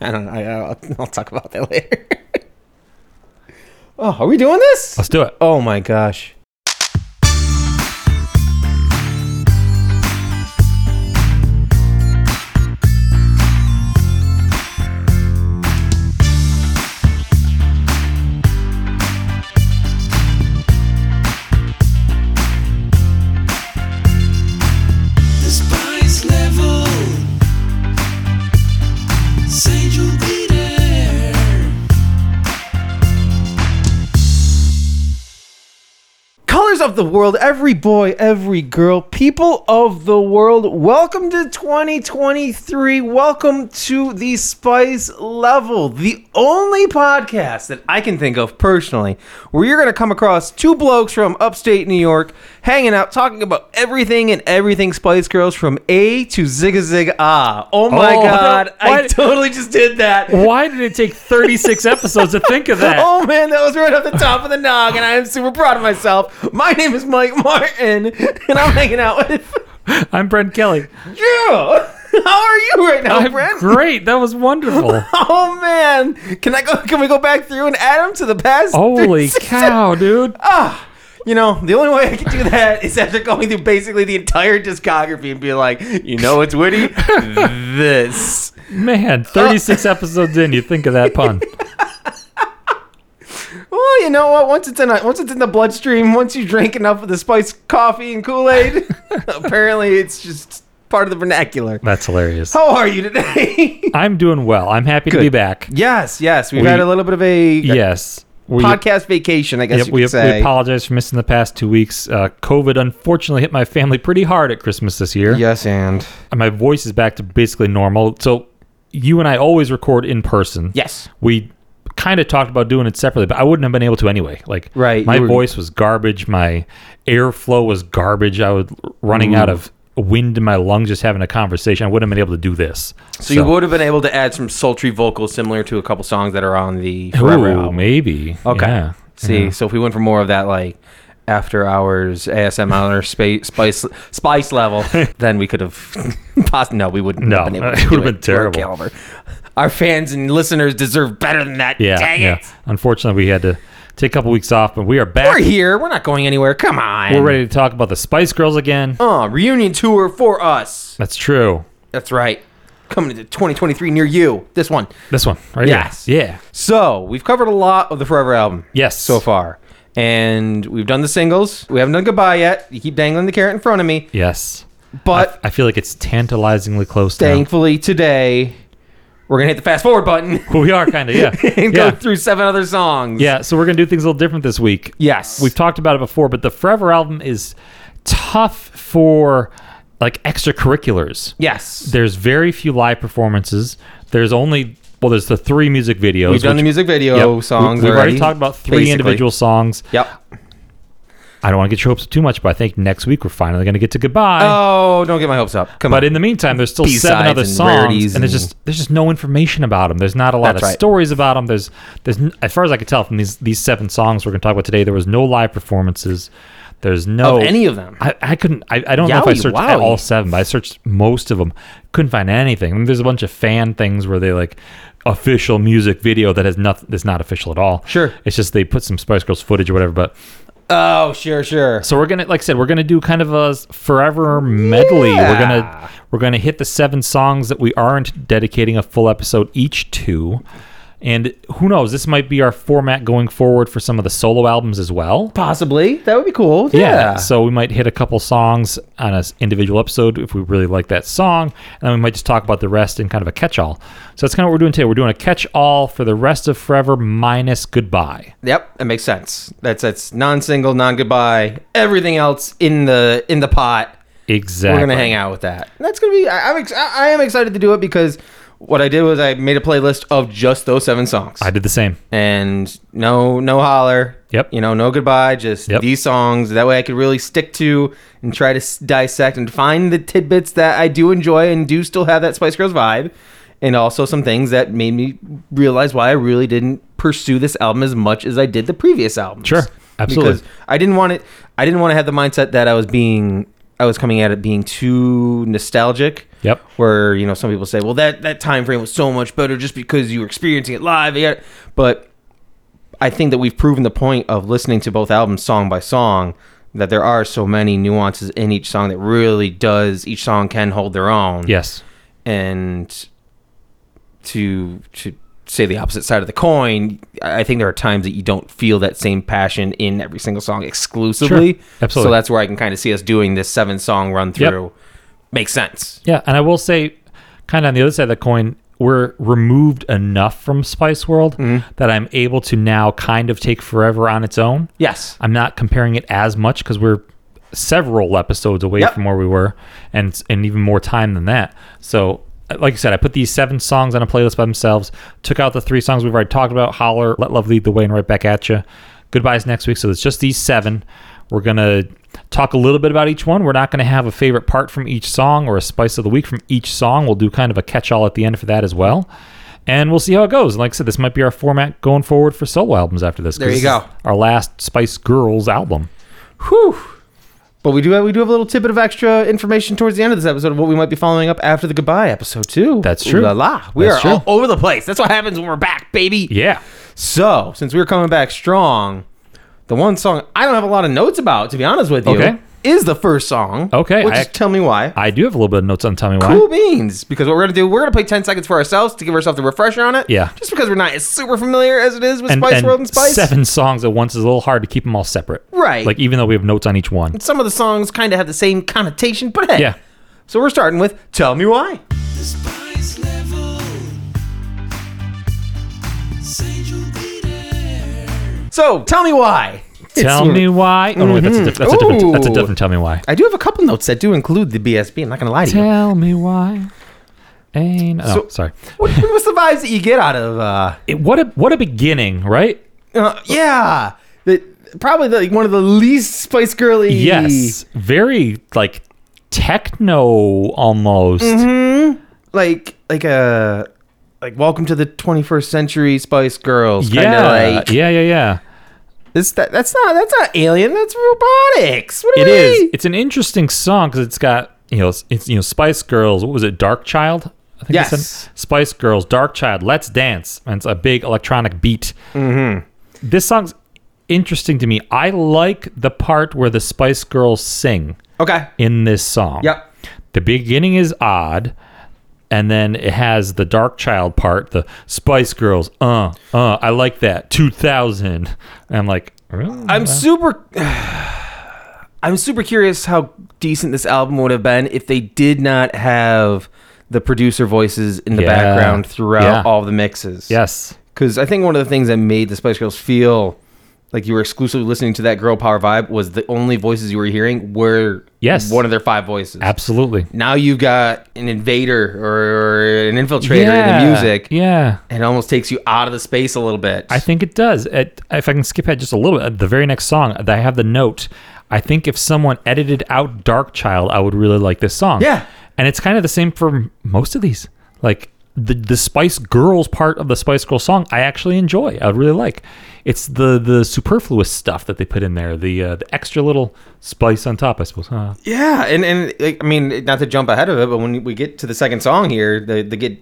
I don't know. I, I'll, I'll talk about that later. oh, are we doing this? Let's do it. Oh my gosh. The spice level Sage will be there Colors of the world, every boy, every girl, people of the world, welcome to 2023. Welcome to the Spice Level, the only podcast that I can think of personally where you're going to come across two blokes from upstate New York hanging out, talking about everything and everything Spice Girls from A to Zig Zig Ah. Oh my Oh, God, I why- totally just did that. Why did it take 36 episodes to think of that? Oh man, that was right off the top of the nog, and I am super proud of myself. My name is Mike Martin, and I'm hanging out with I'm Brent Kelly. you. How are you right now, I'm Brent? great. That was wonderful. Oh man, can I go? Can we go back through and add them to the past? Holy 36? cow, dude. Ah, you know the only way I can do that is after going through basically the entire discography and be like, you know, it's witty. this. Uh, Man, 36 episodes in, you think of that pun. Well, you know what? Once it's in a, once it's in the bloodstream, once you drink enough of the spiced coffee and Kool Aid, apparently it's just part of the vernacular. That's hilarious. How are you today? I'm doing well. I'm happy to be Good. back. yes, yes, we've We- had a little bit of a Yes. We, podcast vacation, I guess yep, you could we, we say. apologize for missing the past two weeks. Uh, COVID unfortunately hit my family pretty hard at Christmas this year. yes, and And My voice is back to basically normal. So you and I always record in person. yes, we kind of talked about doing it separately, but I wouldn't have been able to anyway. Like, Right, my you were- voice was garbage. My airflow was garbage. I was running out of wind in my lungs just having a conversation. I wouldn't have been able to do this. so, you would have been able to add some sultry vocals similar to a couple songs that are on the Forever Ooh, album. maybe. Okay. Yeah. See, so if we went for more of that, like after hours ASMR space, spice spice level, then we could have. Poss- no, we wouldn't. No, have been able it to would've do been terrible. We're caliber. Our fans and listeners deserve better than that. Yeah. Dang yeah. it. Unfortunately, we had to take a couple weeks off, but we are back. We're here. We're not going anywhere. Come on. We're ready to talk about the Spice Girls again. Oh, reunion tour for us. That's true. That's right. Coming into 2023 near you. This one. This one, right? Yes. Here. Yeah. So we've covered a lot of the Forever album. Yes. So far. And we've done the singles. We haven't done goodbye yet. You keep dangling the carrot in front of me. Yes. But I feel like it's tantalizingly close now. Thankfully, today we're gonna hit the fast forward button We are kind of, yeah. and go yeah. through seven other songs. yeah. So we're going to do things a little different this week. Yes. we've talked about it before, but the Forever album is tough for like extracurriculars. yes. There's very few live performances. There's only well, there's the three music videos. We've done the which- music video Yep. songs. We, have already, already talked about three basically. individual songs. Yep. I don't want to get your hopes up too much, but I think next week we're finally going to get to goodbye. Oh, don't get my hopes up. Come but on. in the meantime, there's still seven B-sides other and songs, rarities and, there's and- just there's just no information about them. There's not a lot That's of right. stories about them. There's there's n- as far as I could tell from these these seven songs we're going to talk about today, there was no live performances. There's no Of any of them. I, I couldn't. I, I don't know if I Yowie, searched wowie. all seven, but I searched most of them. Couldn't find anything. I mean, there's a bunch of fan things where they like official music video that has nothing. That's not official at all. Sure. it's just they put some Spice Girls footage or whatever. But oh, sure, sure. so we're gonna, like I said, we're gonna do kind of a s- forever medley. We're Yeah. gonna we're gonna hit the seven songs that we aren't dedicating a full episode each to. And who knows? This might be our format going forward for some of the solo albums as well. Possibly that would be cool. Yeah. So we might hit a couple songs on an individual episode if we really like that song, and then we might just talk about the rest in kind of a catch-all. So that's kind of what we're doing today. We're doing a catch-all for the rest of forever minus goodbye. Yep, that makes sense. That's that's non-single, non-goodbye. Everything else in the in the pot. Exactly. We're gonna hang out with that. That's gonna be. I, I'm. Ex- I I am excited to do it because what I did was I made a playlist of just those seven songs. I did the same. and no no holler Yep. you know no goodbye just Yep. these songs that way i could really stick to and try to s- dissect and find the tidbits that i do enjoy and do still have that spice girls vibe and also some things that made me realize why i really didn't pursue this album as much as i did the previous albums Sure. Absolutely. because i didn't want it i didn't want to have the mindset that i was being I was coming at it being too nostalgic. Yep. Where you know some people say, well, that that time frame was so much better just because you were experiencing it live. Yeah. But I think that we've proven the point of listening to both albums song by song that there are so many nuances in each song that really does each song can hold their own. Yes. And to to say the opposite side of the coin, I I think there are times that you don't feel that same passion in every single song exclusively. Absolutely. So that's where I can kind of see us doing this seven song run through. Makes sense. Yeah, and I will say, kind of on the other side of the coin, we're removed enough from Spice World that I'm able to now kind of take Forever on its own. Yes. I'm not comparing it as much because we're several episodes away Yep. from where we were, and and even more time than that. So, uh, like I said, I put these seven songs on a playlist by themselves. Took out the three songs we've already talked about: "Holler," "Let Love Lead the Way," and "Right Back at You." Goodbyes next week. So it's just these seven. We're gonna talk a little bit about each one. We're not gonna have a favorite part from each song or a spice of the week from each song. We'll do kind of a catch-all at the end for that as well. And we'll see how it goes. And like I said, this might be our format going forward for solo albums after this. 'cause There you this is go. Our last Spice Girls album. Whew. But we do have we do have a little tidbit of extra information towards the end of this episode of what we might be following up after the goodbye episode too. That's Ooh true. La la. We That's are true. all over the place. That's what happens when we're back, baby. Yeah. So since we were coming back strong, the one song I don't have a lot of notes about, to be honest with you, Okay. is the first song. Okay, Which I- is tell me why. I do have a little bit of notes on Tell Me Why. Cool beans. Because what we're gonna do, we're gonna play ten seconds for ourselves to give ourselves a refresher on it. Yeah. Just because we're not as super familiar as it is with Spice World and Spice. Seven songs at once is a little hard to keep them all separate. Right. Like even though we have notes on each one. Some of the songs kind of have the same connotation, but hey. Yeah. So we're starting with Tell Me Why. The spice level. Say you'll be there. So tell me why. Tell It's- me why. Oh no, wait, that's a, diff- that's, a different, that's a Ooh. different Tell Me Why. I do have a couple notes that do include the BSB. I'm not gonna lie to you. Tell me why. Ain't oh, So- sorry. What, what's the vibes that you get out of? uh, It- what a what a beginning, right? uh Yeah, the, probably the, one of the least Spice Girly. Yes. Very like techno almost. Mm-hmm. like like a like Welcome to the 21st Century Spice Girls. kinda Yeah. like yeah, yeah, yeah. It's that, that's not that's not alien. That's robotics. What do It you is. mean? It's an interesting song because it's got you know it's, it's, you know Spice Girls. What was it? Dark Child. I think I said. Yes. Spice Girls, Dark Child, Let's Dance, and it's a big electronic beat. Mm-hmm. This song's interesting to me. I like the part where the Spice Girls sing okay. in this song. Yep. The beginning is odd, and then it has the Dark Child part, the Spice Girls. Uh, uh. I like that. Two thousand. And I'm like, really? I'm super. I'm super curious how decent this album would have been if they did not have the producer voices in the Yeah. background throughout Yeah. all the mixes. yes. because I think one of the things that made the Spice Girls feel like you were exclusively listening to that girl power vibe was the only voices you were hearing were Yes. one of their five voices. Absolutely. now you've got an invader or, or an infiltrator in the music. Yeah. It almost takes you out of the space a little bit. I think it does. It, if I can skip ahead just a little bit, the very next song, I have the note. I think if someone edited out Dark Child, I would really like this song. Yeah. And it's kind of the same for m- most of these. Like the the Spice Girls part of the Spice Girls song, I actually enjoy. I really like. It's the the superfluous stuff that they put in there, the uh, the extra little spice on top, I suppose. Huh? Yeah, and and like, I mean, not to jump ahead of it, but when we get to the second song here, the the get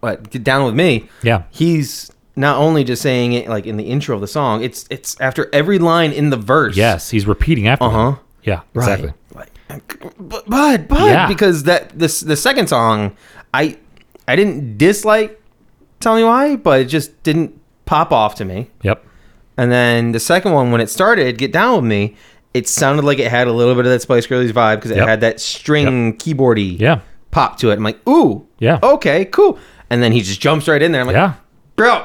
what get down with me. Yeah. he's not only just saying it like in the intro of the song. It's it's after every line in the verse. Yes, he's repeating after. Uh-huh. them. Yeah. Right. Exactly. Like, but but, but Yeah. because that this the second song, I I didn't dislike. Tell me why, but it just didn't pop off to me. Yep. And then the second one, when it started, Get Down With Me, it sounded like it had a little bit of that Spice Girlies vibe because it Yep. had that string keyboardy Yeah. pop to it. I'm like, ooh, Yeah. okay, cool. And then he just jumps right in there. I'm like, Yeah. bro,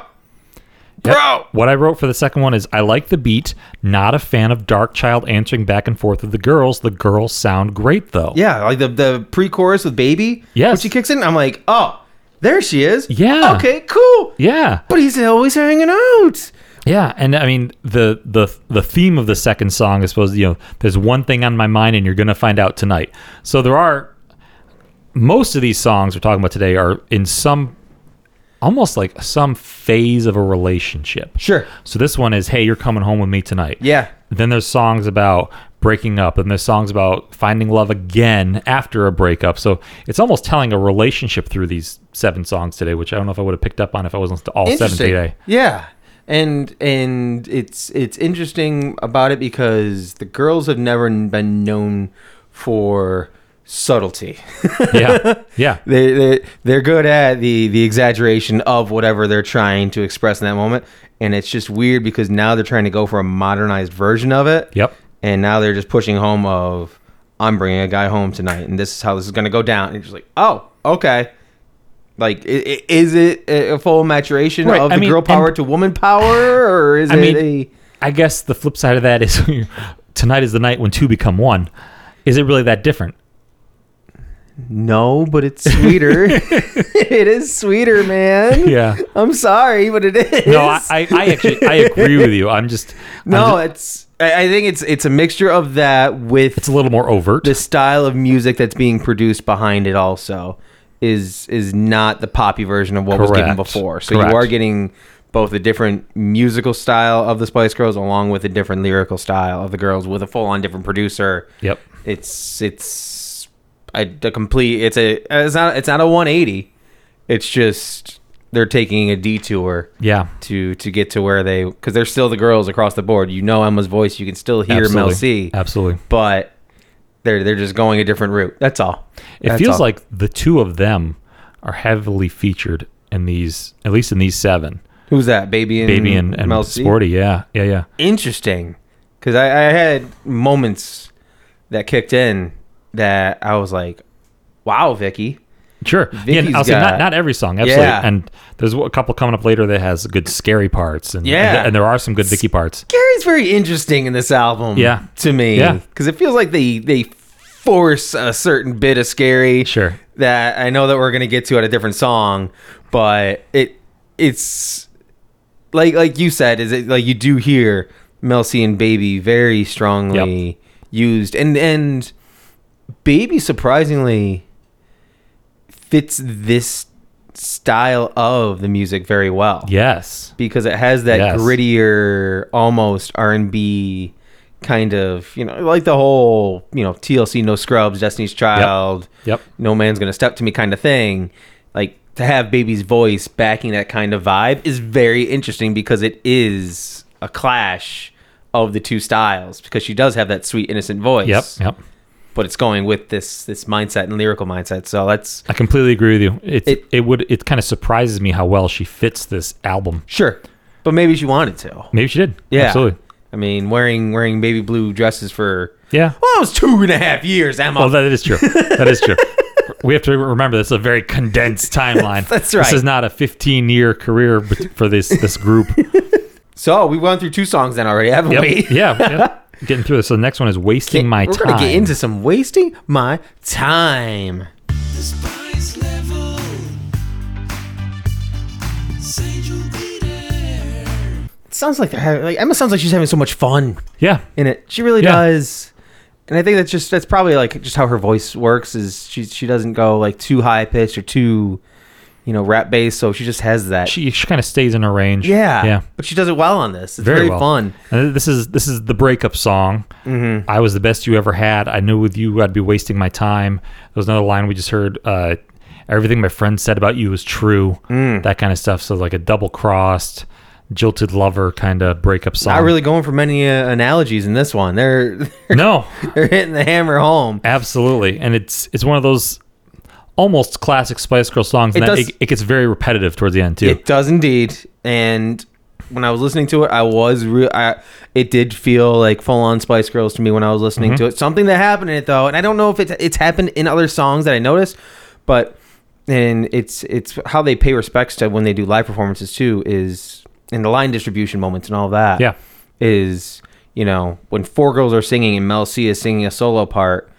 bro. Yep. What I wrote for the second one is I like the beat, not a fan of Dark Child answering back and forth with the girls. The girls sound great though. Yeah, like the, the pre chorus with Baby. Yes. When she kicks in, I'm like, oh, there she is. Yeah. Okay, cool. Yeah. But he's always hanging out. Yeah. And I mean the the the theme of the second song is supposed to, you know, there's one thing on my mind and you're gonna find out tonight. So there are most of these songs we're talking about today are in some almost like some phase of a relationship. Sure. So this one is, hey, you're coming home with me tonight. Yeah. Then there's songs about breaking up and there's songs about finding love again after a breakup so it's almost telling a relationship through these seven songs today which i don't know if i would have picked up on if i wasn't to all seven Interesting. today Yeah. And and it's it's interesting about it because the girls have never been known for subtlety. yeah yeah they they they're good at the the exaggeration of whatever they're trying to express in that moment, and it's just weird because now they're trying to go for a modernized version of it. Yep. And now they're just pushing home of I'm bringing a guy home tonight, and this is how this is going to go down. And you're just like, oh, okay. Like, i- i- is it a a full maturation Right, of I the mean, girl power and- to woman power, or is I it mean, a I guess the flip side of that is tonight is the night when two become one. Is it really that different? no? But it's sweeter. it is sweeter, man. Yeah. I'm sorry, but it is. No, I, I, I actually I agree with you. I'm just I'm No, ju- it's. I I think it's it's a mixture of that with it's a little more overt. the style of music that's being produced behind it. Also, is is not the poppy version of what was given Correct. before. So Correct. you are getting both a different musical style of the Spice Girls, along with a different lyrical style of the girls, with a full on different producer. yep. It's it's a, a complete. It's a it's not it's not a one eighty. It's just they're taking a detour Yeah. to to get to where they because they're still the girls across the board. You know Emma's voice, you can still hear Mel C, Absolutely. but they're they're just going a different route. That's all. It That's feels all. like the two of them are heavily featured in these at least in these seven. who's that? Baby and Baby and, and Mel C. Sporty, yeah. Yeah, yeah. Interesting, because I, I had moments that kicked in that I was like, "Wow, Vicky." Sure. Yeah, and Vicky's I'll say not, got- not every song, absolutely. Yeah. And there's a couple coming up later that has good scary parts and Yeah. and, there are some good Vicky parts. Gary's very interesting in this album. Yeah. to me. Yeah. because it feels like they they force a certain bit of scary. Sure. That I know that we're gonna get to at a different song, but it it's like like you said, is it like you do hear Mel C and Baby very strongly used, and and Baby surprisingly fits this style of the music very well Yes. because it has that Yes. grittier, almost R and B kind of, you know, like the whole, you know, TLC, No Scrubs, Destiny's Child, Yep. No Man's Gonna Step to Me kind of thing. Like to have Baby's voice backing that kind of vibe is very interesting because it is a clash of the two styles because she does have that sweet innocent voice Yep. Yep. but it's going with this this mindset and lyrical mindset so that's I completely agree with you. It it, It- would it kind of surprises me how well she fits this album. sure but maybe she wanted to Maybe she did. yeah absolutely. i mean wearing wearing baby blue dresses for Yeah. Well, it was two and a half years, Emma. Well, that is true. That is true. We have to remember this is a very condensed timeline. That's This right. is not a 15-year career bet- for this this group. so we went through two songs then already, haven't Yep. we? Yeah. yep. Getting through this. So the next one is wasting my We're time. gonna get into some wasting my time. The spice level. Sage will be there. It sounds like they're having like Emma sounds like she's having so much fun yeah. in it. She really Yeah. does. And I think that's just that's probably like just how her voice works is she she doesn't go like too high pitched or too, you know, rap based. So she just has that. She, she kind of stays in her range. yeah, Yeah. But she does it well on this. It's Very, very, well. fun. Mm-hmm. And this is this is the breakup song. I was the best you ever had. I knew with you I'd be wasting my time. There was another line we just heard. Uh, Everything my friend said about you was true. Mm. That kind of stuff. So like a double crossed, jilted lover kind of breakup song. Not really going for many uh, analogies in this one. They're No, they're hitting the hammer home. absolutely. And it's it's one of those almost classic Spice Girl songs. It and that does- it, it gets very repetitive towards the end too. It does indeed. And when I was listening to it, I was real. I it did feel like full on Spice Girls to me when I was listening to it. Something that happened in it though, and I don't know if it's it's happened in other songs that I noticed, but and it's it's how they pay respects to when they do live performances too is in the line distribution moments and all that. Yeah. is you know when four girls are singing and Mel C is singing a solo part.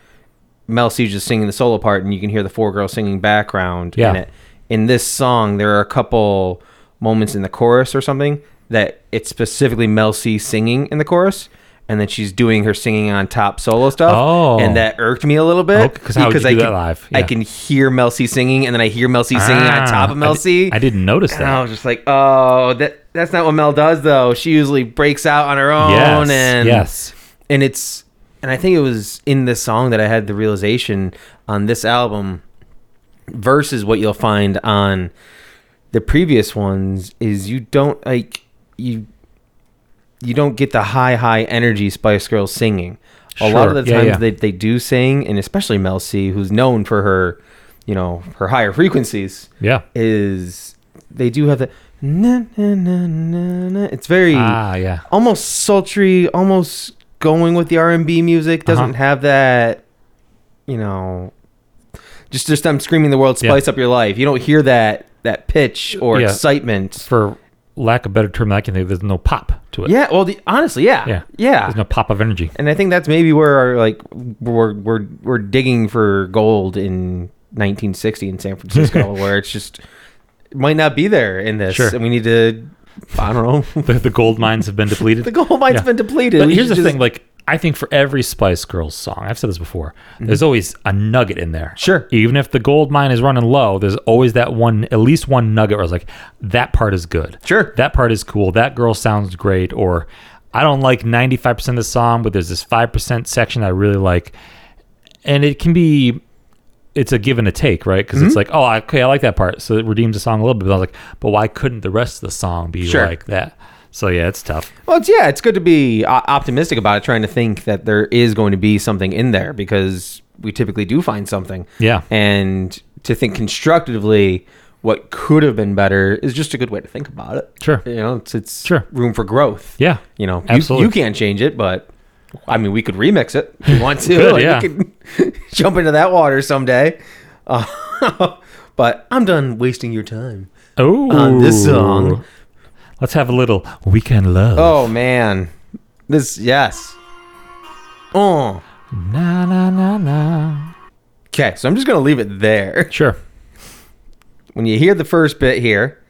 Mel C's just singing the solo part, and you can hear the four girls singing background Yeah. in it. In this song, there are a couple moments in the chorus or something that it's specifically Mel C singing in the chorus, and then she's doing her singing on top solo stuff. Oh. and that irked me a little bit Okay, 'cause how would you I do that can, live? I Yeah. can hear Mel C singing, and then I hear Mel C singing Ah, on top of I Mel di- C. I didn't notice that. And I was just like, oh, that that's not what Mel does though. She usually breaks out on her own, yes. and yes. and it's and I think it was in this song that I had the realization on this album versus what you'll find on the previous ones is you don't like you you don't get the high high energy Spice Girls singing. A lot of Sure. the Yeah, times yeah. They, they do sing, and especially Mel C, who's known for her, you know, her higher frequencies Yeah. is they do have the na, na, na, na, na. it's very Ah, yeah. almost sultry, almost going with the R and B music. Doesn't Uh-huh. have that, you know, just just them screaming the world Yeah. spice up your life. You don't hear that that pitch or Yeah. excitement. For lack of a better term, I can think there's no pop to it. Yeah, well, the, honestly, yeah, Yeah. yeah. There's no pop of energy. and I think that's maybe where our, like we're we're we're digging for gold in 1960 in San Francisco, where it's just it might not be there in this, Sure. and we need to. I don't know. The, the gold mines have been depleted. the gold mine's Yeah. been depleted. But We here's the should just- thing, like I think for every Spice Girls song, I've said this before, there's always a nugget in there. Mm-hmm. Sure. Even if the gold mine is running low, there's always that one at least one nugget where I was like, that part is good. Sure. That part is cool. That girl sounds great. Or I don't like ninety five percent of the song, but there's this five percent section I really like. And it can be it's a give and a take, right? Because Mm-hmm. it's like, oh, I- okay, I like that part, so it redeems the song a little bit. But I was like, but why couldn't the rest of the song be Sure. like that? So yeah, it's tough. Well, it's, yeah, it's good to be uh, optimistic about it, trying to think that there is going to be something in there because we typically do find something. Yeah. And to think constructively, what could have been better is just a good way to think about it. Sure. You know, it's, it's Sure. room for growth. Yeah. You know, Absolutely. You, you can't change it, but I mean, we could remix it if we want to. Good, Like, yeah. We could jump into that water someday. Uh, but I'm done wasting your time. Oh, on this song. Let's have a little weekend love. Oh, man. This, yes. Oh. Na na na na. Okay, so I'm just gonna leave it there. Sure. When you hear the first bit here,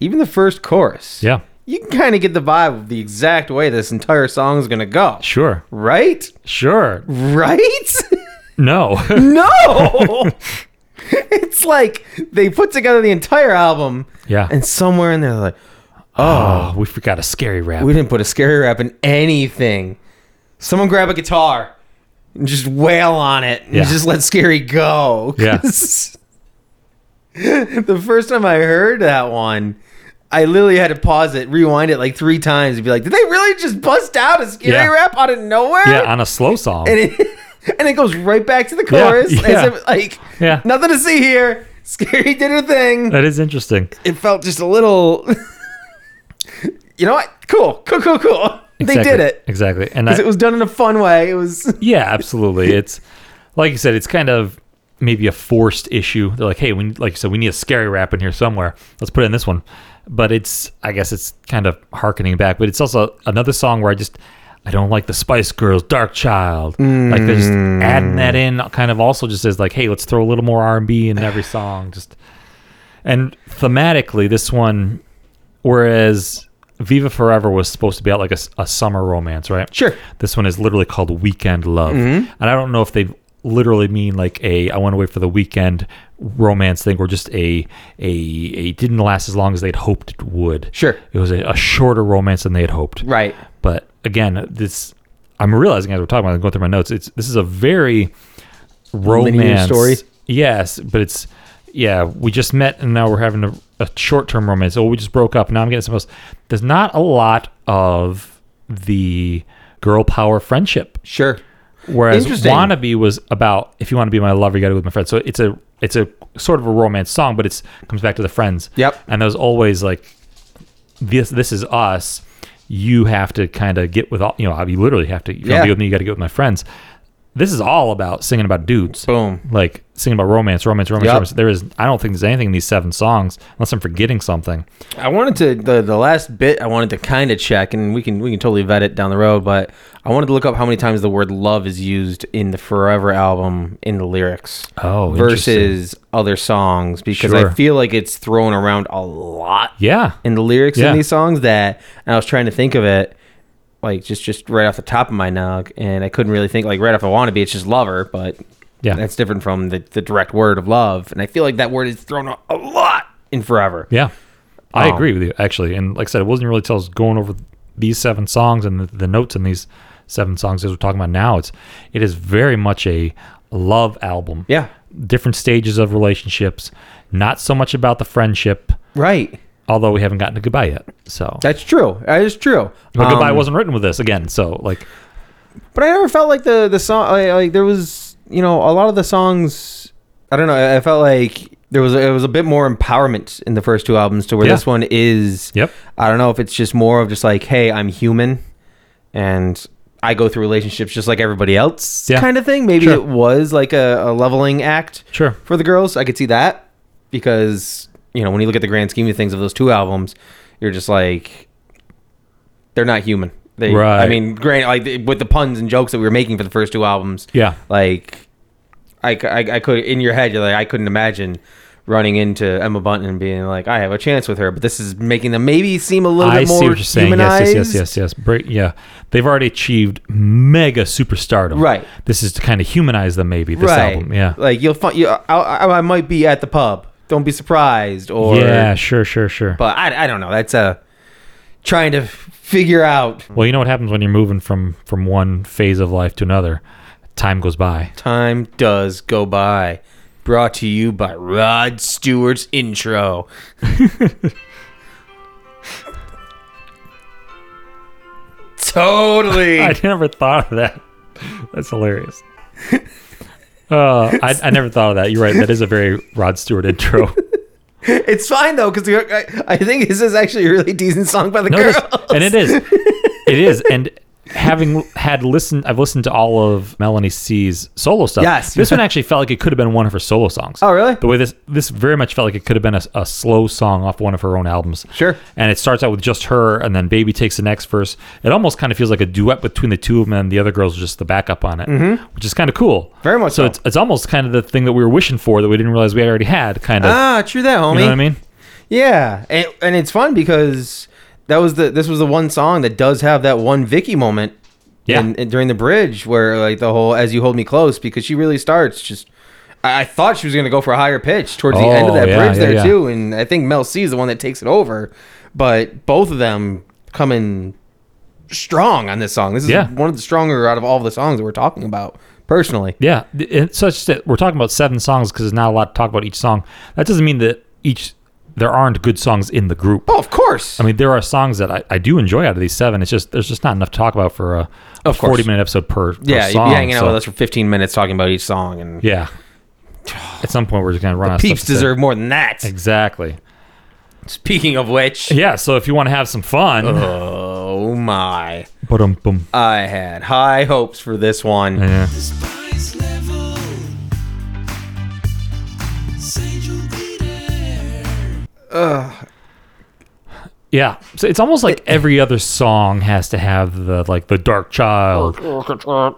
even the first chorus, Yeah. you can kind of get the vibe of the exact way this entire song is gonna go. Sure. Right? Sure. Right? No. no! it's like they put together the entire album, yeah. and somewhere in there, they're like, oh, we forgot a scary rap. we didn't put a scary rap in anything. Someone grab a guitar and just wail on it and Yeah. just let scary go. Yeah. 'Cause the first time I heard that one, I literally had to pause it, rewind it like three times, and be like, "Did they really just bust out a scary Yeah. rap out of nowhere?" yeah, on a slow song. and it and it goes right back to the Yeah, chorus, yeah. as if like Yeah. nothing to see here. Scary did her thing that is interesting. it felt just a little you know what cool cool cool cool they Exactly. did it Exactly. And I, because it was done in a fun way it was Yeah, absolutely. It's like you said, it's kind of maybe a forced issue. They're like, hey, we like you said, we need a scary rap in here somewhere. Let's put it in this one. But it's I guess it's kind of harkening back. But it's also another song where I just I don't like the Spice Girls, Dark Child. Like they're just adding that in kind of also just as like, hey, let's throw a little more R and B in every song. Just and thematically, this one whereas Viva Forever was supposed to be out like a, s- a summer romance, right? Sure. This one is literally called Weekend Love. Mm-hmm. And I don't know if they literally mean like a I went away for the weekend romance thing or just a a a didn't last as long as they'd hoped it would. Sure. It was a, a shorter romance than they had hoped. right But again, this I'm realizing as we're talking about it, going through my notes, it's this is a very romance story? Yes, but it's yeah, we just met and now we're having a, a short-term romance. Oh, we just broke up. Now I'm getting some else. There's not a lot of the girl power friendship. sure Whereas Interesting. "Wannabe" was about if you want to be my lover, you got to be with my friends. So it's a it's a sort of a romance song, but it's comes back to the friends. Yep. And there's always like this this is us. You have to kind of get with all you know. You literally have to. If you want Yeah. to be with me, you got to get with my friends. This is all about singing about dudes. Boom. Like singing about romance, romance, romance, Yep. romance. There is. I don't think there's anything in these seven songs unless I'm forgetting something. i wanted to the, the last bit i wanted to kind of check and we can we can totally vet it down the road but i wanted to look up how many times the word love is used in the forever album in the lyrics Oh, interesting. versus other songs because Sure. i feel like it's thrown around a lot Yeah. in the lyrics Yeah. in these songs that and I was trying to think of it like just just right off the top of my nog and I couldn't really think like right off the wannabe it's just lover but Yeah. that's different from the, the direct word of love and I feel like that word is thrown a a lot in forever Yeah, I Um, agree with you actually. And like I said, it wasn't really till I was going over these seven songs and the, the notes in these seven songs as we're talking about now. It's it is very much a love album. Yeah. Different stages of relationships, not so much about the friendship, Right. although we haven't gotten to goodbye yet. So That's true. That is true. but goodbye Um, wasn't written with this again. So like But I never felt like the the song like, like there was you know a lot of the songs. I don't know. I- I felt like there was a, it was a bit more empowerment in the first two albums to where Yeah. this one is. Yep. I don't know if it's just more of just like hey I'm human, and I go through relationships just like everybody else Yeah. kind of thing. Maybe Sure. it was like a, a leveling act. Sure. For the girls, I could see that because you know when you look at the grand scheme of things of those two albums, you're just like they're not human. They, I Right. mean, granted, like th- with the puns and jokes that we were making for the first two albums, Yeah. like I, c- I- I could in your head, you're like, I couldn't imagine running into Emma Bunton and being like, I have a chance with her, but this is making them maybe seem a little I bit see more what you're saying. humanized. Yes, yes, yes, yes, yes. Break, yeah, they've already achieved mega superstardom. Right. This is to kind of humanize them, maybe. This right. album. Yeah. like you'll find you. I, I, I might be at the pub. Don't be surprised. Or yeah. Sure. Sure. Sure. but I, I don't know. That's a trying to figure out. well, you know what happens when you're moving from from one phase of life to another. Time goes by. Time does go by. Brought to you by Rod Stewart's intro. totally. I never thought of that. That's hilarious. Uh, I, I never thought of that. You're right. That is a very Rod Stewart intro. It's fine though, because I, I think this is actually a really decent song by the No, it is. girls. and it is. It is. And having had listened, I've listened to all of Melanie C's solo stuff. Yes. this one actually felt like it could have been one of her solo songs. Oh, really? The way this this very much felt like it could have been a, a slow song off one of her own albums. Sure. And it starts out with just her, and then Baby takes the next verse. It almost kind of feels like a duet between the two of them, and the other girl's just the backup on it, which is kind of cool. Mm-hmm. Very much so. It's, it's almost kind of the thing that we were wishing for that we didn't realize we had already had. Kind of. ah, true that, homie. you know what I mean? Yeah, and, and it's fun because that was the this was the one song that does have that one Vicky moment. Yeah. in- in- during the bridge where like the whole "as you hold me close" because she really starts just. I, I thought she was gonna go for a higher pitch towards the end of Oh, that yeah, bridge yeah, there yeah. too, and I think Mel C is the one that takes it over, but both of them come in strong on this song. This is Yeah. one of the stronger out of all the songs that we're talking about personally. Yeah, th- it's such that we're talking about seven songs because there's not a lot to talk about each song. That doesn't mean that each there aren't good songs in the group. Oh, of course. I mean, there are songs that I, I do enjoy out of these seven. It's just there's just not enough to talk about for a, a Of course. 40 minute episode per, per yeah, you'd song. be hanging out so- with us for 15 minutes talking about each song, and Yeah. At some point, we're just gonna run out. of stuff peeps to say. deserve more than that. exactly. Speaking of which, Yeah. So if you want to have some fun, oh my. boom, boom. I had high hopes for this one. Yeah. The spice level. Said you'll be there. Yeah. So it's almost like every other song has to have the like the dark child.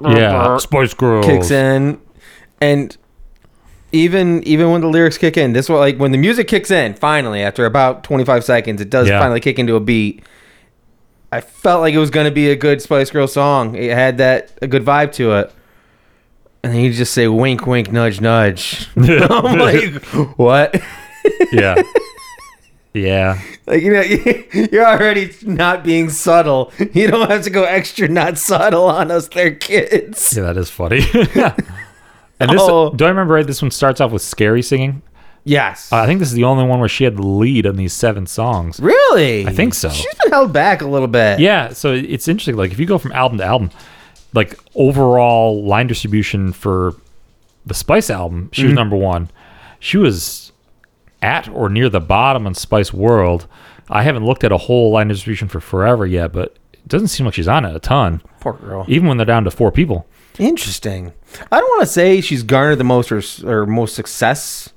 yeah. Spice Girls. Kicks in and even even when the lyrics kick in, this one like when the music kicks in, finally, after about twenty five seconds, it does Yeah. finally kick into a beat. I felt like it was gonna be a good Spice Girl song. It had that a good vibe to it. And then you just say wink wink nudge nudge. I'm like, what? Yeah. Yeah. Like you know, you're already not being subtle. You don't have to go extra not subtle on us. They're kids. Yeah, that is funny. And this, Oh. do I remember right? This one starts off with scary singing. Yes. Uh, I think this is the only one where she had the lead on these seven songs. really? I think so. She's been held back a little bit. Yeah, so it's interesting. Like if you go from album to album, like overall line distribution for the Spice album, she was number one. She was at or near the bottom on Spice World. I haven't looked at a whole line distribution for forever yet, but it doesn't seem like she's on it a ton, Poor girl. even when they're down to four people. Interesting. I don't want to say she's garnered the most or, or most success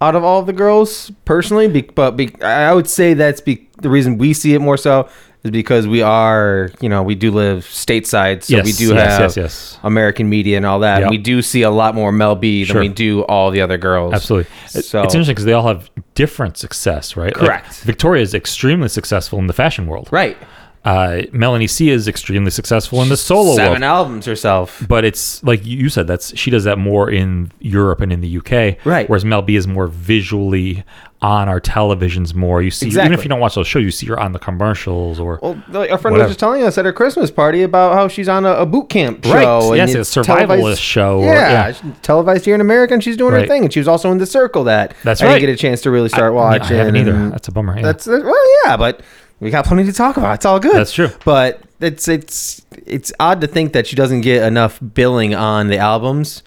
out of all the girls personally, be, but be, I would say that's be, the reason we see it more so is because we are, you know, we do live stateside, so Yes, we do yes, have yes, yes. American media and all that. and Yep. We do see a lot more Mel B than Sure. we do all the other girls. Absolutely. It- So It's interesting because they all have different success, right? Like, Correct. Victoria is extremely successful in the fashion world. right. Uh, Melanie C is extremely successful in the solo Seven world. albums herself. but it's like you said, that's she does that more in Europe and in the UK. Right. Whereas Mel B is more visually on our televisions more. You see, even if Exactly. you don't watch those shows, you see her on the commercials or Well, like our friend Whatever. was just telling us at her Christmas party about how she's on a, a boot camp show. Right. and Yes, it's a survivalist show or- yeah, yeah. she's televised here in America, and she's doing her Right. thing. And she was also in the circle that That's I right. didn't get a chance to really start I- I watching. haven't either. and That's a bummer, yeah. That's uh, well, yeah, but we got plenty to talk about. It's all good. That's true. But it's it's it's odd to think that she doesn't get enough billing on the albums.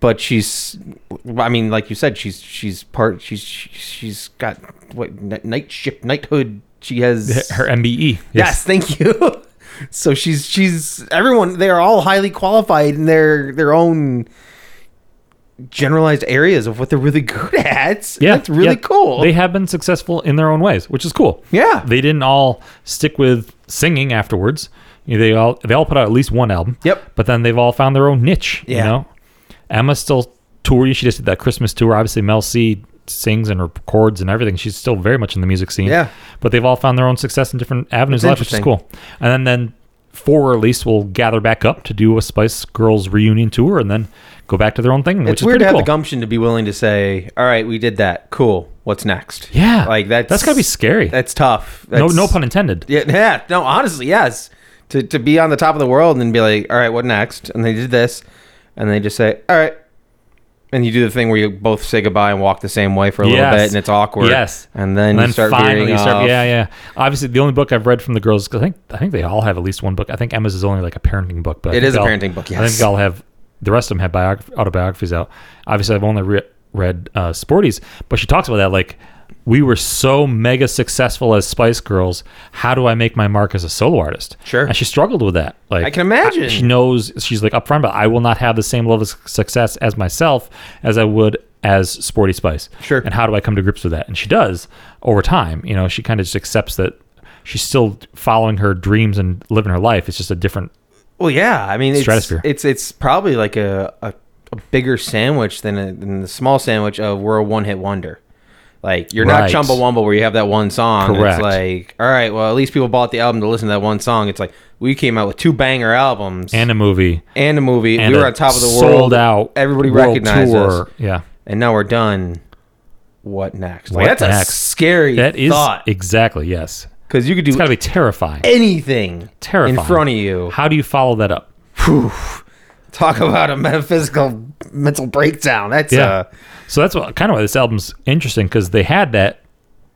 But she's, I mean, like you said, she's she's part. She's she's got what n- night shift knighthood. She has her E. MBE. Yes, thank you. so she's she's everyone they are all highly qualified in their their own generalized areas of what they're really good at. Yeah, That's really yeah. cool. They have been successful in their own ways, which is cool. Yeah. they didn't all stick with singing afterwards. You know, They all they all put out at least one album. Yep. But then they've all found their own niche. You Yeah. know, Emma's still touring. She just did that Christmas tour. Obviously, Mel C sings and records and everything. She's still very much in the music scene. Yeah. But they've all found their own success in different avenues of That's life, which is interesting. cool. And then then for release, we'll gather back up to do a Spice Girls reunion tour and then go back to their own thing. which it's is weird pretty to have cool. the gumption to be willing to say, "All right, we did that. Cool. What's next?" Yeah. like that's That's gotta be scary. That's tough. No, That's- no pun intended. Yeah, yeah. No, honestly, yes. To to be on the top of the world and be like, all right, what next? And they did this, and they just say, all right. And you do the thing where you both say goodbye and walk the same way for a Yes. little bit, and it's awkward. Yes. And then, you start veering off. yeah, yeah. Obviously, the only book I've read from the girls, 'cause I think I think they all have at least one book. I think Emma's is only like a parenting book, but I It think is a they'll- parenting book, I yes. think they all have. The rest of them have biograph- autobiographies out. Obviously, I've only re- read uh, Sporties, but she talks about that like we were so mega successful as Spice Girls. How do I make my mark as a solo artist? Sure. And she struggled with that. Like I can imagine. she knows she's like upfront, but I will not have the same level of suc- success as myself as I would as Sporty Spice. Sure. And how do I come to grips with that? And she does over time. You know, she kind of just accepts that she's still following her dreams and living her life. It's just a different. Well, yeah. I mean, it's Stratosphere. it's it's probably like a, a, a bigger sandwich than, a, than the small sandwich of we're a one hit wonder. Like you're Right. not Chumbawamba where you have that one song. Correct. It's like, all right, well, at least people bought the album to listen to that one song. It's like we came out with two banger albums And a movie. and a movie. And we were a on top of the sold world. out. Everybody world recognized us. Yeah. And now we're done. What next? Like, What that's a next? scary That is thought. exactly yes. Because you could It's do got to be terrifying. anything Terrifying. in front of you. How do you follow that up? Talk about a metaphysical mental breakdown. That's Yeah. uh, so that's what kind of why this album's interesting because they had that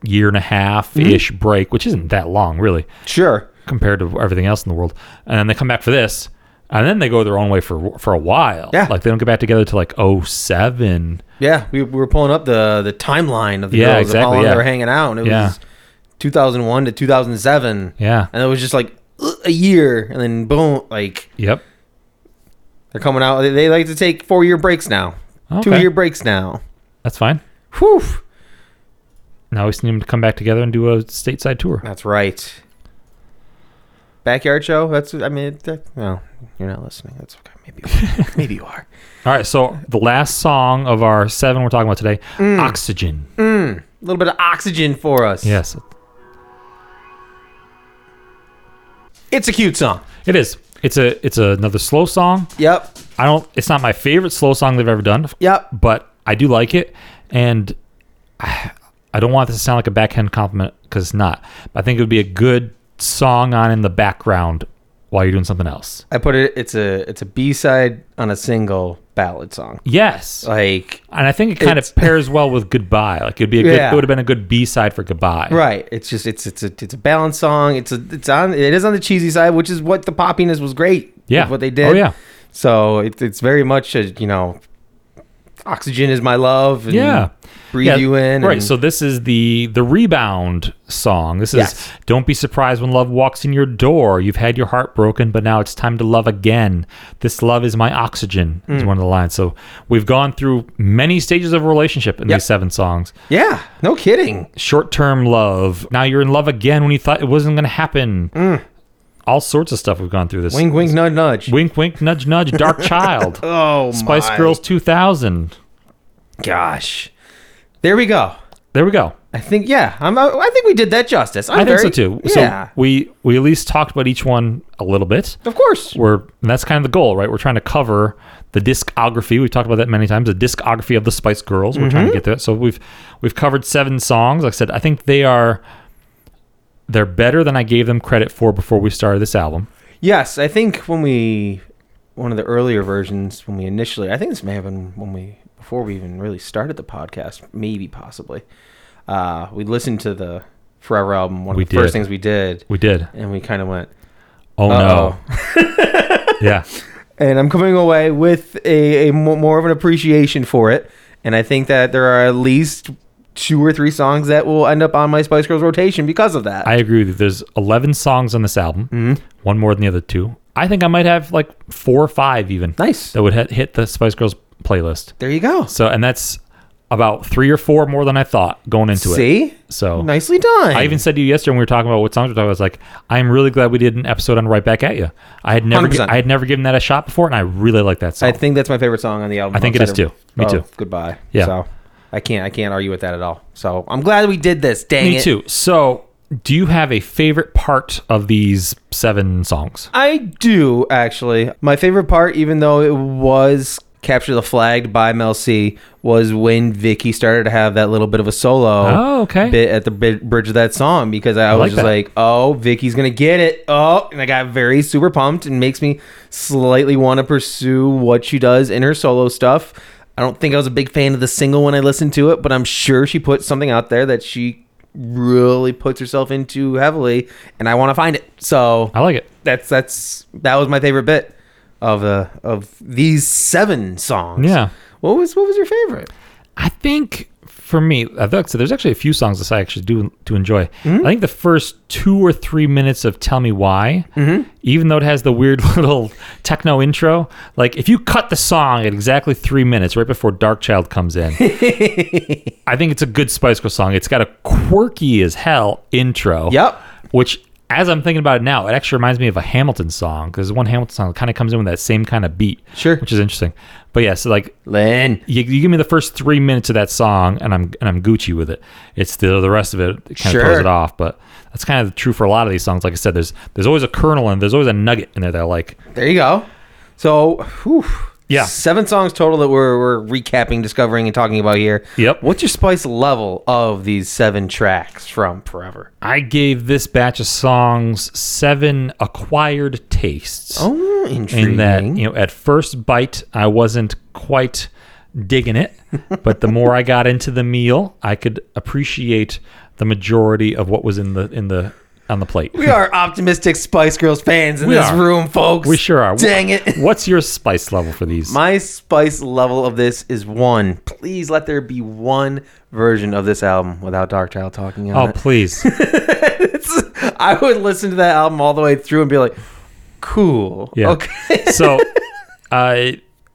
year and a half Mm-hmm. ish break, which isn't that long really sure. compared to everything else in the world. And then they come back for this, and then they go their own way for for a while. Yeah. like they don't get back together till like 07. Yeah, we, we were pulling up the the timeline of the Yeah, girls of exactly, how long yeah. they were hanging out, and it Yeah. was 2001 to 2007. Yeah. and it was just like ugh, a year, and then boom, like Yep. they're coming out. They, they like to take four year breaks now, two Okay. year breaks now. That's fine. Whew, Now we just need them to come back together and do a stateside tour. that's right. Backyard show. That's I mean, that, no, you're not listening. That's okay. Maybe you are. maybe you are. All right. So the last song of our seven we're talking about today, Mm. Oxygen. A little bit of oxygen for us. Yes, it's a cute song. it is. It's a it's another slow song. Yep, I don't. It's not my favorite slow song they've ever done. yep. but I do like it, and I, I don't want this to sound like a backhand compliment because it's not. But I think it would be a good song on in the background while you're doing something else. I put it. It's a it's a B side on a single ballad song. Yes, Like and I think it kind Uh, It's- of pairs well with goodbye. Like it'd be a good. Yeah. It would have been a good B side for goodbye. Right. It's just it's it's a it's a balanced song. It's a it's on it is on the cheesy side, which is what the poppiness was great. with Yeah. what they did. Oh, yeah. So it, it's very much a you know, oxygen is my love. And Yeah. Breathe Yeah, you in. Right. and- So this is the the rebound song. This is Yes. don't be surprised when love walks in your door. You've had your heart broken, but now it's time to love again. This love is my oxygen Mm. is one of the lines. So we've gone through many stages of a relationship in Yep. these seven songs. yeah, no kidding. Short term love. Now you're in love again when you thought it wasn't gonna happen. All sorts of stuff we've gone through this. Mm. Wink, wink, nudge, nudge. wink, wink, nudge, nudge, dark child. Oh Spice my Girls two thousand. Gosh, there we go. There we go. I think yeah. I'm. I think we did that justice. I'm I think so very- too. Yeah. So we we at least talked about each one a little bit. of course. We're and that's kind of the goal, right? We're trying to cover the discography. We've talked about that many times. The discography of the Spice Girls. We're Mm-hmm. trying to get there. So we've we've covered seven songs. Like I said, I think they are they're better than I gave them credit for before we started this album. Yes, I think when we one of the earlier versions when we initially, I think this may have been when we before we even really started the podcast, maybe possibly. Uh, we listened to the Forever album, one of We the first did. things we did, We did. and we kind of went, Oh "Uh-oh." no. yeah. and I'm coming away with a, a mo- more of an appreciation for it. And I think that there are at least two or three songs that will end up on my Spice Girls rotation because of that. I agree with you. There's 11 songs on this album, Mm-hmm. one more than the other two. I think I might have like four or five even nice. that would hit, hit the Spice Girls playlist. There you go. So, and that's about three or four more than I thought going into it. See, So, nicely done. I even said to you yesterday when we were talking about what songs we're talking about, I was like, I'm really glad we did an episode on Right Back at You. I had never, 100%. I had never given that a shot before, and I really like that song. I think that's my favorite song on the album. I think it outside is of- too. Me oh, too. Goodbye. Yeah. So I can't. I can't argue with that at all. So I'm glad we did this. Dang Me it. too. So, do you have a favorite part of these seven songs? I do actually. My favorite part, even though it was capture the flag by Mel C, was when Vicky started to have that little bit of a solo. Oh, okay. Bit at the bit, bridge of that song because I, was like just that. like, oh, Vicky's gonna get it. Oh, and I got very super pumped and makes me slightly want to pursue what she does in her solo stuff. I don't think I was a big fan of the single when I listened to it, but I'm sure she put something out there that she really puts herself into heavily, and I want to find it. So I like it. that's that's that was my favorite bit of uh of these seven songs. Yeah. What was what was your favorite? I think for me, I thought, so there's actually a few songs that I actually do to enjoy. I think the first two or three minutes of "Tell Me Why," even though it has the weird little techno intro, like if you cut the song at exactly three minutes, right before Dark Child comes in, I think it's a good Spice Girl song. It's got a quirky as hell intro. Yep. Which, as I'm thinking about it now, it actually reminds me of a Hamilton song because one Hamilton song kind of comes in with that same kind of beat. Sure. Which is interesting. But yeah, so like Lynn. you, you give me the first three minutes of that song and I'm and I'm Gucci with it. It's the the rest of it, it kind of throws Sure. it off. But that's kind of true for a lot of these songs. Like I said, there's there's always a kernel and there's always a nugget in there that I like. There you go. So whew, Yeah. seven songs total that we're we're recapping, discovering, and talking about here. Yep. What's your spice level of these seven tracks from Forever? I gave this batch of songs seven acquired tastes. Oh, in intriguing. that you know at first bite I wasn't quite digging it, but the more I got into the meal, I could appreciate the majority of what was in the in the on the plate. we are optimistic Spice Girls fans in We this are. room, folks. We sure are. Dang it. What's your spice level for these? My spice level of this is one. Please let there be one version of this album without Dark Child talking on oh, please. it. It's- I would listen to that album all the way through and be like, cool. Yeah. Okay. so uh,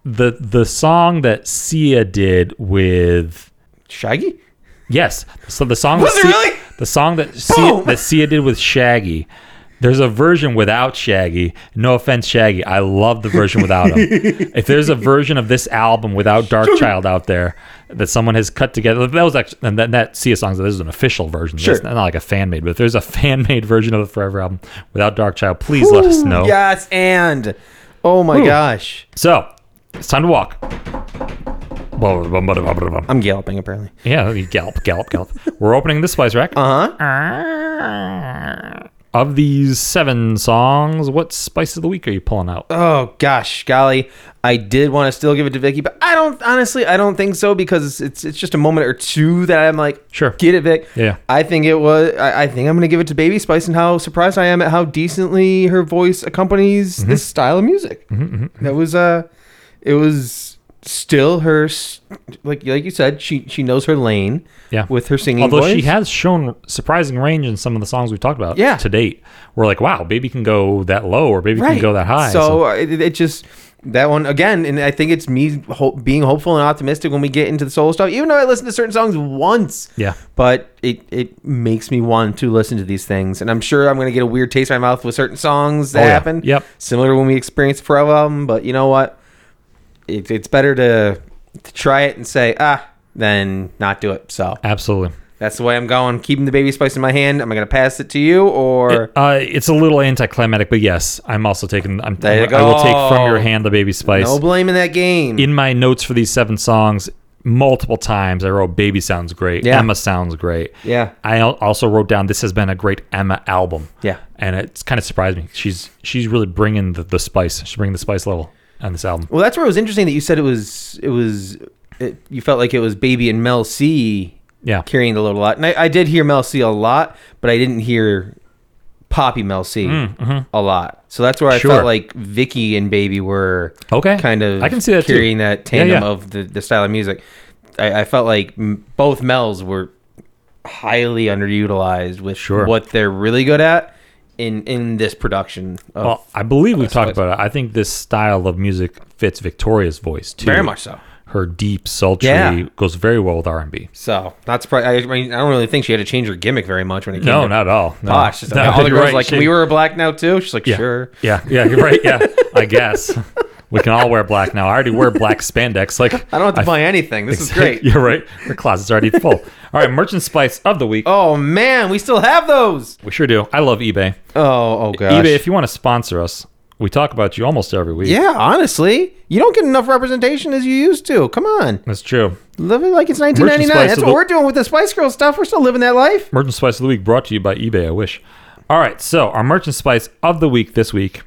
the the song that Sia did with Shaggy? Yes. So the song Was that it Sia- really? the song that Sia, Boom. that Sia did with Shaggy. There's a version without Shaggy. No offense, Shaggy. I love the version without him. if there's a version of this album without Dark Child out there that someone has cut together, that was actually and that, that Sia song. This is an official version. Sure. Not like a fan made, but if there's a fan made version of the Forever album without Dark Child, please let us Ooh, know. Yes, and. Oh my gosh. So it's time to walk. I'm galloping, apparently. Yeah, you gallop, gallop, gallop. We're opening the spice rack. Uh-huh. Uh huh. Of these seven songs, what spice of the week are you pulling out? Oh gosh, golly. I did want to still give it to Vicky, but I don't, honestly, I don't think so because it's it's just a moment or two that I'm like, Sure. Get it, Vic. Yeah. I think it was. I, I think I'm gonna give it to Baby Spice and how surprised I am at how decently her voice accompanies Mm-hmm. this style of music. That was uh, it was still her s- like like you said she she knows her lane. Yeah. With her singing Although voice. she has shown surprising range in some of the songs we've talked about Yeah. to date. We're like, wow, baby can go that low or baby can go that high. So uh, it, it just that one again, and I think it's me ho- being hopeful and optimistic when we get into the solo stuff. Even though I listen to certain songs once, Yeah. but it it makes me want to listen to these things, and I'm sure I'm going to get a weird taste in my mouth with certain songs that Oh, yeah. happen. Yep. similar to when we experienced the Pharrell album. But you know what? It, it's better to to try it and say ah than not do it. So absolutely. That's the way I'm going. Keeping the baby spice in my hand. Am I going to pass it to you or? Uh, it's a little anticlimactic, but yes, I'm also taking. I'm, There you I will take go. from your hand the baby spice. no blame in that game. in my notes for these seven songs multiple times i wrote baby sounds great Yeah. emma sounds great Yeah. i al- also wrote down this has been a great emma album Yeah. and it's kind of surprised me she's she's really bringing the, the spice she's bringing the spice level on this album Well, that's where it was interesting that you said it was it was it, you felt like it was Baby and Mel C yeah carrying the load a lot, and I, I did hear Mel C a lot, but I didn't hear Poppy Mel C a lot. So that's where I Mm, mm-hmm. Sure. felt like Vicky and Baby were Okay. kind of I can see that too. carrying that Yeah, tandem yeah. of the, the style of music. I, I felt like m- both Mel's were highly underutilized with Sure. what they're really good at in in this production. Of well i believe we've talked spice. about it i think this style of music fits victoria's voice too very much so. her deep sultry Yeah. goes very well with r&b So not surprised. I mean, I don't really think she had to change her gimmick very much when it came. no to not at all no. Posh. It's No, like, all the you're girls right. like, She- we were black now too. She's like, Yeah. sure. Yeah, yeah, you're right. Yeah, I guess we can all wear black now. I already wear black spandex. Like I don't have to buy anything. This is great. You're right. Her closet's already full. All right, merchant spice of the week. Oh man, we still have those. We sure do. I love eBay. Oh, oh gosh. eBay, E if you want to sponsor us, we talk about you almost every week. yeah, honestly, you don't get enough representation as you used to. Come on, that's true. live it like it's Merchant 1999. Spice That's of what the- we're doing with the Spice Girl stuff. We're still living that life. Merchant Spice of the Week brought to you by eBay, I wish. All right, so our Merchant Spice of the Week this week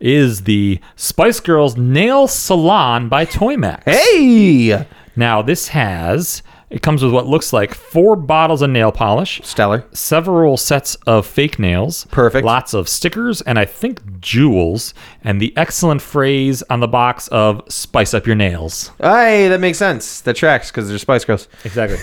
is the Spice Girls Nail Salon by Toy Max. Hey, Now, this has, it comes with what looks like four bottles of nail polish, stellar. several sets of fake nails, Perfect. lots of stickers, and I think jewels, and the excellent phrase on the box of spice up your nails. Hey, that makes sense. That tracks because they're Spice Girls. Exactly.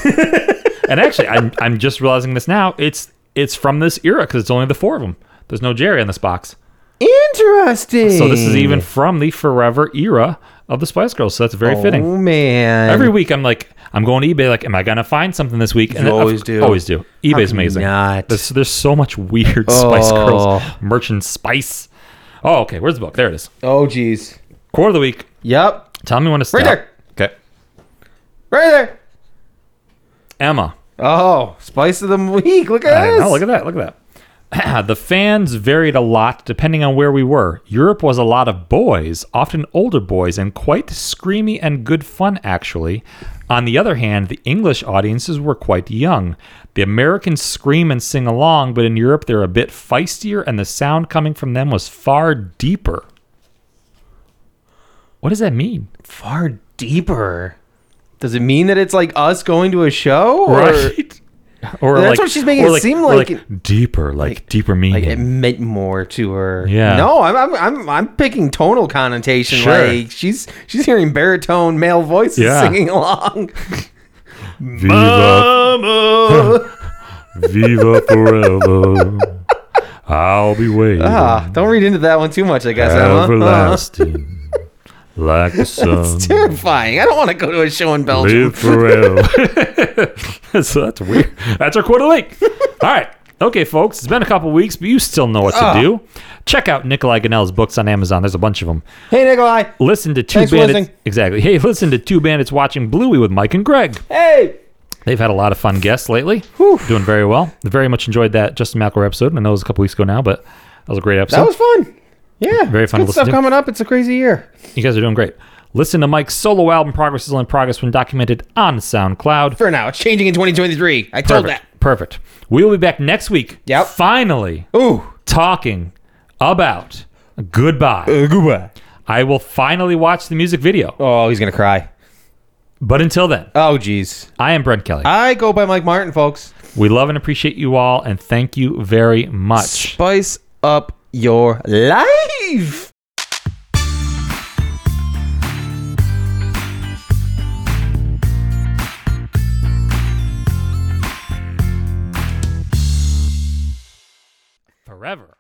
and actually, I'm, I'm just realizing this now. It's it's from this era because it's only the four of them. There's no Jerry in this box. Interesting. So this is even from the forever era of the Spice Girls. So that's very fitting. Eh. Oh man, Every week I'm like, I'm going to eBay. Like, am I gonna find something this week? You I- always do. Always do. eBay's can you amazing. not? There's, there's so much weird Spice Girls Oh. merchant spice. Oh, okay. Where's the book? There it is. Oh geez. Quarter of the week. Yep, Tell me when to stop. there. Okay. right there. Emma. Oh, Spice of the Week. Look at I this. know, look at that. Look at that. the fans varied a lot depending on where we were. Europe was a lot of boys, often older boys, and quite screamy and good fun, actually. On the other hand, the English audiences were quite young. The Americans scream and sing along, but in Europe they're a bit feistier, and the sound coming from them was far deeper. What does that mean? far deeper. Does it mean that it's like us going to a show? Or right? Or That's what she's making or it seem or like- deeper, like, deeper meaning. Like it meant more to her. Yeah. No, I'm I'm I'm, I'm picking tonal connotation. Sure. Like she's she's hearing baritone male voices Yeah. singing along. Viva Viva forever. I'll be waiting. ah, don't read into that one too much, I guess. Emma. Uh, everlasting. like the sun. It's terrifying. I don't want to go to a show in Belgium. Live forever. so that's weird. That's our quarter week. All right. Okay, folks, it's been a couple weeks, but you still know what to Ah. do. Check out Nikolai Ganell's books on Amazon. There's a bunch of them. Hey Nikolai. Listen to Two Thanks for Bandits. listening. Exactly. Hey, listen to Two Bandits Watching Bluey with Mike and Greg. Hey. They've had a lot of fun guests lately. Doing very well. Very much enjoyed that Justin McElroy episode. I know it was a couple weeks ago now, but that was a great episode. That was fun. Yeah. Very it's fun to Good listen stuff to. coming up. It's a crazy year. you guys are doing great. Listen to Mike's solo album Progress is Only Progress when documented on SoundCloud. For now, it's changing in 2023. I told Perfect. Perfect. We will be back next week. Yep. Finally that. Ooh. talking about goodbye. Uh, Goodbye. I will finally watch the music video. Oh, he's gonna cry. But until then, Oh, jeez. I am Brent Kelly. I go by Mike Martin, folks. we love and appreciate you all and thank you very much. Spice up your life. Forever.